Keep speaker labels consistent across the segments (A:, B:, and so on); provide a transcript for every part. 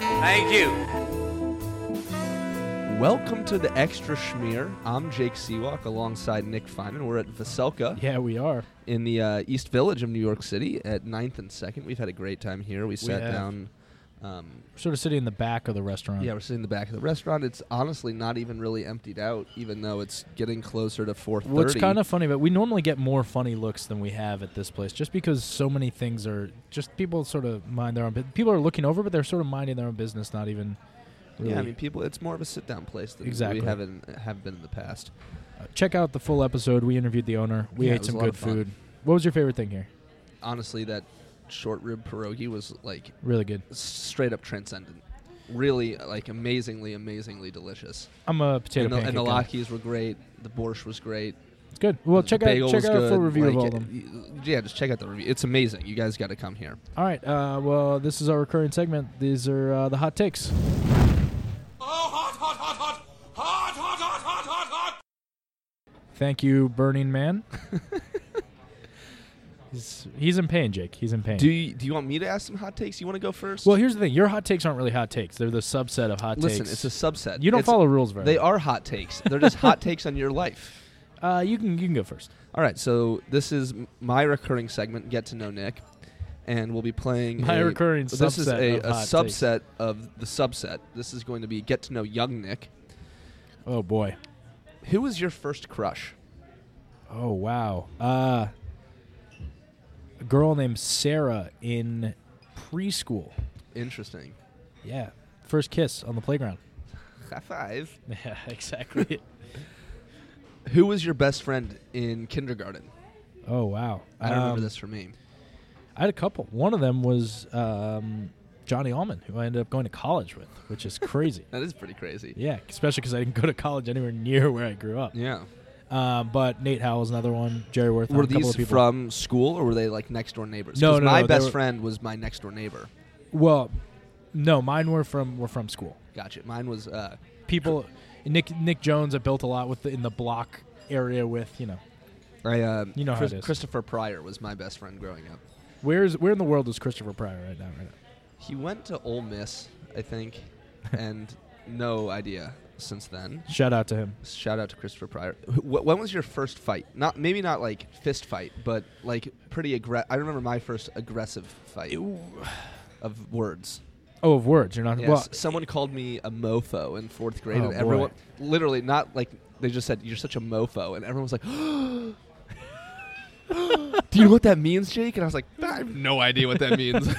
A: Thank you.
B: Welcome to the Extra Schmear. I'm Jake Seawalk alongside Nick Feynman. We're at Veselka
C: Yeah, we are.
B: in the uh, East Village of New York City at 9th and 2nd. We've had a great time here. We sat
C: have. Uh-huh.
B: down. Um,
C: We're sort of sitting in the back of the restaurant.
B: yeah, we're sitting in the back of the restaurant. It's honestly not even really emptied out, even though it's getting closer to 4:30.
C: What's kind of funny, but we normally get more funny looks than we have at this place, just because so many things are just people sort of mind their own. bu- People are looking over, but they're sort of minding their own business, not even really.
B: yeah. I mean, people. It's more of a sit-down place than
C: Exactly.
B: we haven't have been in the past.
C: Uh, check out the full episode. We interviewed the owner. We
B: Yeah, it
C: ate
B: was
C: some
B: a lot
C: good
B: of fun.
C: food. What was your favorite thing here?
B: Honestly, that short rib pierogi was like
C: Really good.
B: straight up transcendent. Really, like amazingly, amazingly delicious.
C: I'm a potato
B: and the, and the
C: pancake
B: latkis were great. The borscht was great.
C: guy. Good. Well,
B: the
C: check
B: bagel
C: out check
B: was
C: out a full
B: good.
C: review of
B: Like,
C: all of them.
B: y- Yeah, just check out the review. It's amazing. You guys got to come here.
C: All right. Uh, well, this is our recurring segment. These are uh, the hot takes. Thank you, Burning Man. he's, he's in pain, Jake. He's in pain.
B: Do you, do you want me to ask some hot takes? You want to go first?
C: well, here's the thing. Your hot takes aren't really hot takes. They're the subset of hot
B: listen, it's
C: takes.
B: a subset.
C: you don't
B: It's-
C: follow rules very
B: They
C: well.
B: are hot takes. They're just hot takes on your life.
C: Uh, you can you can go first.
B: All right, so this is m- my recurring segment, Get to Know Nick, and we'll be playing
C: My
B: a-
C: recurring
B: This is
C: subset
B: a,
C: of
B: a
C: hot
B: subset of the subset. This is going to be Get to Know Young Nick.
C: Oh boy.
B: Who was your first crush?
C: Oh wow. Uh, a girl named Sarah in preschool.
B: Interesting.
C: Yeah. First kiss on the playground.
B: High five.
C: Yeah, exactly.
B: Who was your best friend in kindergarten?
C: oh wow.
B: I remember
C: Um,
B: this for me.
C: I had a couple. One of them was um, Johnny Allman, who I ended up going to college with, which is crazy.
B: That is pretty crazy.
C: yeah, especially because I didn't go to college anywhere near where I grew up.
B: Yeah.
C: Uh, but Nate Howell's another one. Jerry Worth.
B: Were
C: a couple
B: these
C: of people.
B: from school or were they like next door neighbors?
C: No,
B: 'Cause
C: no,
B: My
C: no, they
B: best
C: were-
B: friend was my next door neighbor.
C: Well, no, mine were from were from school.
B: Gotcha. Mine was. Uh,
C: People, Nick Nick Jones, I built a lot with the, in the block area with you know.
B: I. Uh,
C: You know how
B: Chris-
C: it is.
B: Christopher Pryor was my best friend growing up.
C: Where's where in the world is Christopher Pryor right now? Right now.
B: He went to Ole Miss, I think, and no idea since then.
C: Shout out to him.
B: Shout out to Christopher Pryor. Wh- wh- when was your first fight? Not maybe not like fist fight, but like pretty aggressive. I remember my first aggressive fight of words.
C: Oh, of words, you're not.
B: Yes,
C: Well,
B: someone called me a mofo in fourth grade,
C: Oh,
B: and
C: boy.
B: everyone literally not like they just said you're such a mofo, and everyone was like. Do you know what that means, Jake? And I was like, I have no idea what that means.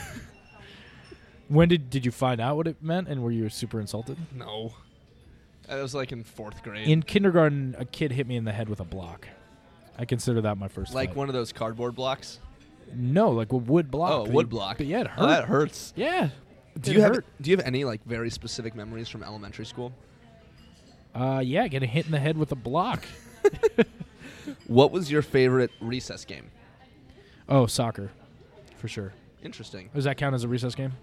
C: when did did you find out what it meant, and were you super insulted?
B: no, that was like in fourth grade.
C: In kindergarten, a kid hit me in the head with a block. I consider that my first.
B: like
C: fight.
B: one of those cardboard blocks.
C: No, like a wood block.
B: Oh, a
C: They-
B: wood block.
C: But yeah, it
B: Oh, that
C: hurt.
B: hurts.
C: yeah.
B: Do
C: it
B: you have
C: hurt.
B: Do you have any like very specific memories from elementary school?
C: Uh, yeah, getting hit in the head with a block.
B: What was your favorite recess game?
C: oh, soccer, for sure.
B: Interesting.
C: Does that count as a recess game?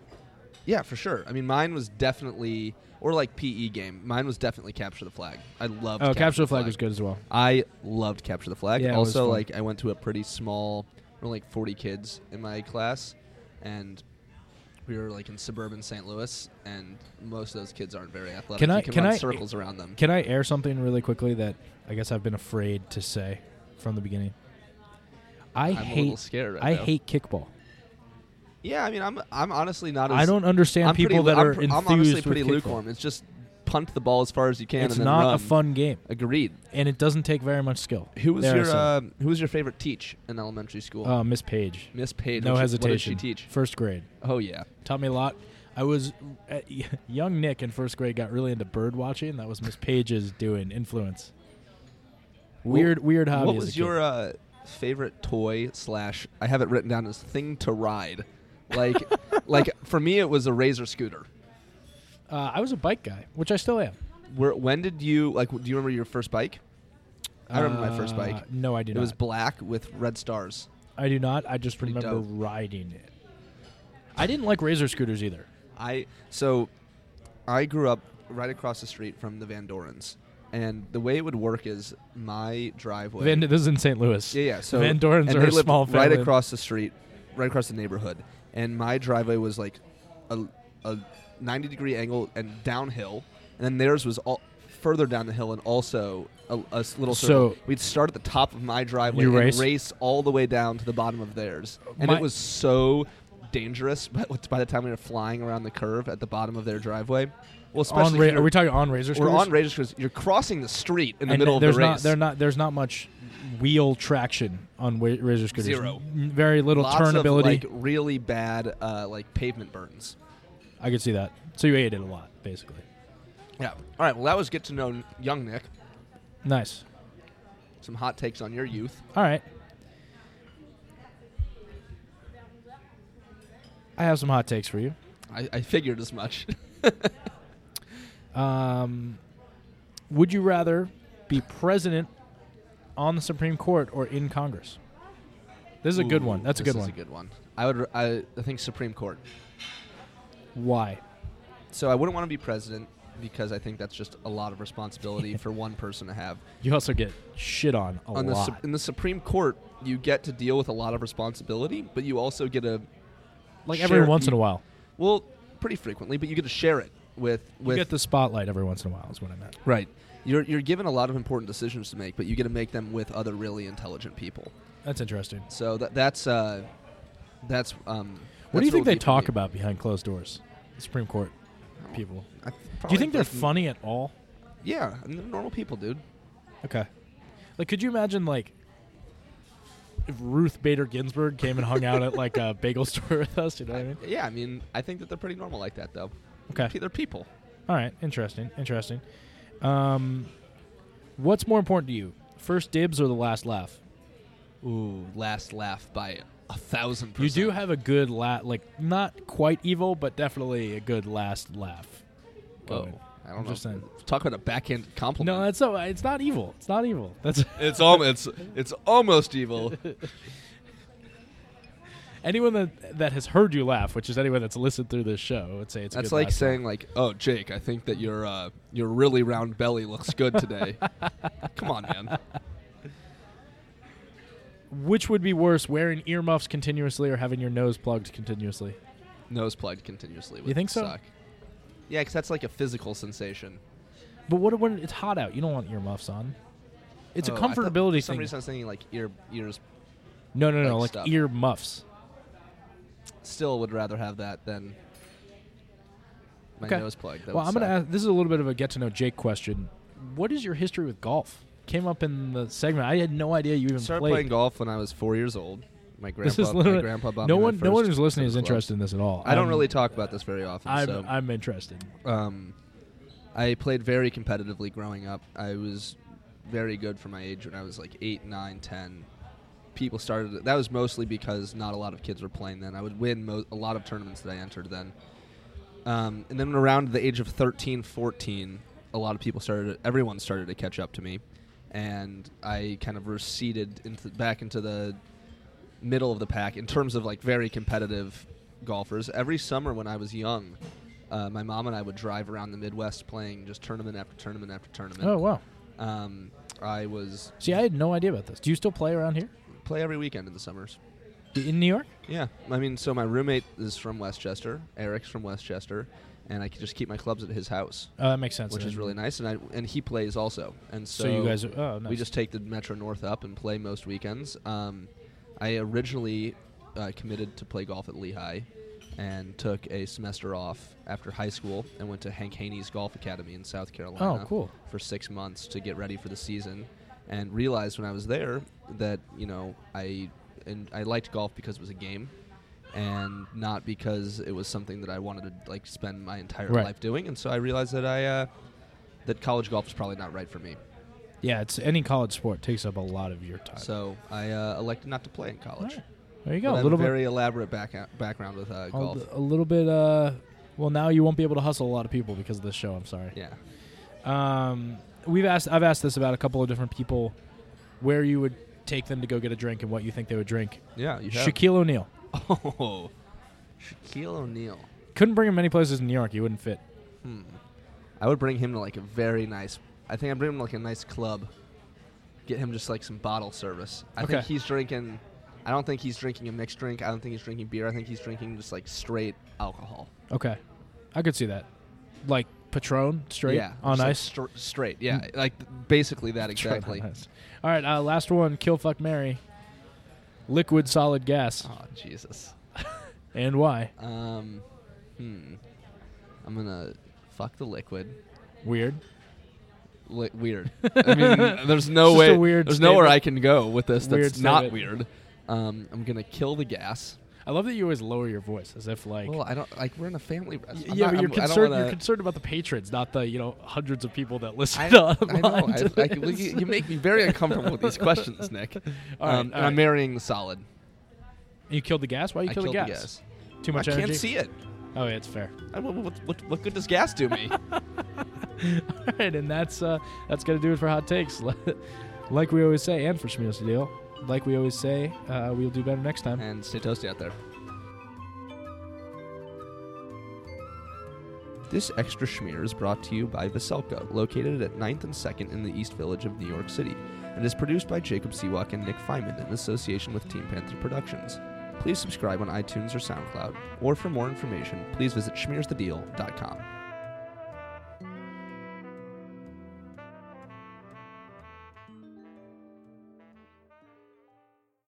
B: Yeah, for sure. I mean, mine was definitely or like PE game. Mine was definitely capture the flag. I loved.
C: Oh, capture, the flag, was good as well.
B: I loved capture the flag.
C: Yeah, it was
B: also,
C: fun.
B: like I went to a pretty small, there were like forty kids in my class, and we were like in suburban St. Louis, and most of those kids aren't very athletic.
C: Can I-
B: You can,
C: can
B: run
C: I-
B: circles around them.
C: Can I air something really quickly that I guess I've been afraid to say from the beginning? I
B: I'm a little
C: hate.
B: scared. Right
C: I
B: now.
C: hate kickball.
B: Yeah, I mean, I'm I'm honestly not. As,
C: I don't understand
B: I'm
C: people
B: pretty,
C: that
B: I'm
C: are
B: pr-
C: enthused
B: I'm honestly
C: with
B: pretty
C: kickball.
B: lukewarm. It's just punt the ball as far as you can.
C: It's
B: and then
C: not
B: run.
C: a fun game,
B: Agreed.
C: and it doesn't take very much skill.
B: Who was
C: There I
B: your
C: said it.
B: uh, Who was your favorite teach in elementary school?
C: uh, Miss Page?
B: Miss Page.
C: no
B: what did she-
C: hesitation.
B: What did she teach?
C: First grade.
B: Oh yeah.
C: taught me a lot. I was uh, young Nick in first grade got really into bird watching. That was Miss Page's doing influence. Weird,
B: What-
C: weird hobby.
B: What
C: as a
B: was
C: kid.
B: your uh, favorite toy slash? I have it written down as thing to ride. Like, like for me, it was a razor scooter.
C: Uh, I was a bike guy, which I still am.
B: Where when did you like? Do you remember your first bike? I remember my first
C: Uh,
B: bike.
C: No, I do
B: It
C: not.
B: was black with red stars.
C: I do not. I just
B: Pretty
C: remember
B: dope.
C: riding it. I didn't like razor scooters either.
B: I so I grew up right across the street from the Van Dorens, and the way it would work is my driveway.
C: Van, this is in St. Louis.
B: yeah, yeah. So
C: Van Dorens
B: and
C: are
B: they
C: a
B: lived
C: small family.
B: right across the street, right across the neighborhood, and my driveway was like a, a 90 degree angle and downhill, and then theirs was all further down the hill and also a, a s- little.
C: So-
B: circle. we'd start at the top of my driveway
C: You
B: and
C: raced?
B: race all the way down to the bottom of theirs, and
C: My-
B: it was so dangerous. But by the time we were flying around the curve at the bottom of their driveway, well,
C: on
B: especially
C: ra-
B: if
C: are we
B: you're-
C: talking on razor
B: we're
C: scooters?
B: on razor because you're crossing the street in the
C: and
B: middle of the
C: there's
B: race.
C: Not, there not, there's not much wheel traction on wa- razor scooters.
B: Zero.
C: N- Very little
B: Lots
C: turnability.
B: of like really bad uh, like pavement burns.
C: I could see that. So you ate it a lot, basically.
B: Yeah. All right. Well, that was good to know, young Nick.
C: Nice.
B: Some hot takes on your youth.
C: All right. I have some hot takes for you.
B: I, I figured as much.
C: Um, would you rather be president on the Supreme Court or in Congress? This is a good
B: Ooh,
C: one. That's a
B: this
C: good
B: is
C: one.
B: a good one. I would. I, I think Supreme Court.
C: Why?
B: So I wouldn't want to be president because I think that's just a lot of responsibility for one person to have.
C: You also get shit on a
B: On the
C: lot.
B: Sup- in the Supreme Court, you get to deal with a lot of responsibility, but you also get a
C: like
B: share-
C: every once in
B: you-
C: a while.
B: Well, pretty frequently, but you get to share it with
C: You
B: with
C: get the spotlight every once in a while is what I meant.
B: right. You're you're given a lot of important decisions to make, but you get to make them with other really intelligent people.
C: That's interesting.
B: So that that's uh, that's um.
C: What
B: that's
C: do you think
B: it would
C: they
B: be for
C: talk
B: me.
C: about behind closed doors? The Supreme Court people.
B: I
C: Do
B: probably
C: you think they're
B: like-
C: funny at all?
B: Yeah, and they're normal people, dude.
C: Okay. Like, could you imagine like if Ruth Bader Ginsburg came and hung out at like a bagel store with us? You know what I mean?
B: Yeah, I mean, I think that they're pretty normal like that, though.
C: Okay.
B: They're people.
C: All right. Interesting. Interesting. Um, what's more important to you, first dibs or the last laugh?
B: Ooh, last laugh by a thousand
C: You
B: percent.
C: do have a good laugh, like not quite evil, but definitely a good last laugh.
B: Whoa.
C: going.
B: I
C: I'm
B: don't know.
C: just saying.
B: Talk about a backhanded compliment.
C: No, that's so. It's not evil. It's not evil. That's
B: it's al- it's it's almost evil.
C: anyone that that has heard you laugh, which is anyone that's listened through this show, would say it's. a
B: That's
C: good
B: like
C: laugh.
B: saying like, "Oh, Jake, I think that your uh, your really round belly looks good today." Come on, man.
C: Which would be worse, wearing earmuffs continuously or having your nose plugged continuously?
B: Nose plugged continuously. Would
C: You think so?
B: Suck. Yeah, because that's like a physical sensation.
C: But what when it's hot out? You don't want earmuffs on. It's
B: Oh,
C: a
B: I thought-
C: comfortability
B: For some
C: thing.
B: reason, I was thinking like ear ears.
C: no, no, no,
B: like
C: like
B: stuff.
C: ear muffs.
B: Still, would rather have that than my
C: Okay.
B: nose plug. That
C: well,
B: would
C: I'm gonna
B: suck.
C: ask. This is a little bit of a get to know Jake question. What is your history with golf? Came up in the segment. I had no idea you even
B: started
C: played.
B: playing golf when I was four years old. My grandpa,
C: this is
B: my
C: literally
B: grandpa bought
C: no
B: me my
C: one. No one
B: first
C: who's listening is
B: tennis club.
C: interested in Um, this at all.
B: I don't
C: I'm-
B: really talk about this very often.
C: I'm,
B: so,
C: I'm interested.
B: um, I played very competitively growing up. I was very good for my age when I was like eight, nine, ten. People started. That was mostly because not a lot of kids were playing then. I would win mo- a lot of tournaments that I entered then. Um, and then around the age of 13, 14, a lot of people started. Everyone started to catch up to me, and I kind of receded into back into the middle of the pack in terms of like very competitive golfers. Every summer when I was young, uh, my mom and I would drive around the Midwest playing just tournament after tournament after tournament.
C: Oh wow.
B: Um, I was
C: See, I had no idea about this. Do you still play around here
B: play every weekend in the summers.
C: in New York?
B: Yeah, I mean, so my roommate is from Westchester. Eric's from Westchester, and I could just keep my clubs at his house,
C: Uh, that makes sense.
B: which is
C: then.
B: really nice. And I and he plays also, and so,
C: So, you guys, are, oh, nice.
B: we just take the Metro North up and play most weekends. Um, I originally uh, committed to play golf at Lehigh, and took a semester off after high school and went to Hank Haney's Golf Academy in South Carolina
C: oh cool.
B: for six months to get ready for the season, and realized when I was there that you know I and I liked golf because it was a game, and not because it was something that I wanted to like spend my entire
C: Right.
B: life doing. And so I realized that I uh, that college golf is probably not right for me.
C: Yeah, it's any college sport takes up a lot of your time.
B: So I uh, elected not to play in
C: All
B: college.
C: right. There you
B: But
C: go.
B: I
C: A
B: have
C: little
B: a
C: bit.
B: very elaborate back background with uh,
C: I'll
B: golf.
C: d- a little bit. Uh, well, now you won't be able to hustle a lot of people because of this show. I'm sorry.
B: yeah.
C: Um, we've asked. I've asked this about a couple of different people, where you would take them to go get a drink and what you think they would drink.
B: Yeah, you have.
C: Shaquille O'Neal
B: Oh, Shaquille O'Neal.
C: couldn't bring him many places in New York. He wouldn't fit.
B: Hmm. I would bring him to like a very nice. I think I'd bring him to, like a nice club. Get him just like some bottle service. I think
C: Okay.
B: he's drinking. I don't think he's drinking a mixed drink. I don't think he's drinking beer. I think he's drinking just like straight alcohol.
C: Okay. I could see that. Like Patron straight
B: yeah,
C: on
B: just, like,
C: ice.
B: str- straight. Yeah, like basically that
C: Patron on
B: exactly.
C: ice. All right, uh, last one. Kill fuck Mary. Liquid solid gas
B: Oh Jesus.
C: and why?
B: Um, hmm. I'm gonna fuck the liquid.
C: Weird.
B: Li- weird. I mean, there's no
C: It's just
B: way.
C: a weird
B: there's nowhere
C: statement.
B: I can go with this. That's
C: Weird
B: not
C: statement.
B: weird. Um, I'm gonna kill the gas.
C: I love that you always lower your voice as if like.
B: well, I don't like. We're in a family
C: Y-
B: restaurant.
C: yeah,
B: I'm not-
C: but you're
B: I'm- I don't
C: concerned.
B: wanna-
C: You're concerned about the patrons, not the you know hundreds of people that listen.
B: I,
C: online
B: I know.
C: to
B: I, I, well,
C: this.
B: you, you make me very uncomfortable with these questions, Nick. Um,
C: All right,
B: and
C: all right.
B: I'm marrying the solid.
C: You killed the gas. Why you
B: I
C: kill
B: killed
C: the gas? Too much
B: I
C: energy.
B: can't see it.
C: Oh, yeah, it's fair.
B: I, what, what, what, what good does gas do me?
C: All right, and that's uh, that's gonna do it for hot takes. like we always say, and for Schmeals to deal. Like we always say, uh, we'll do better next time.
B: and stay toasty out there. This extra schmear is brought to you by Veselka, located at 9th and 2nd in the East Village of New York City, and is produced by Jacob Seawalk and Nick Feynman in association with Team Panther Productions. Please subscribe on iTunes or SoundCloud, or for more information, please visit schmearsthedeal.com.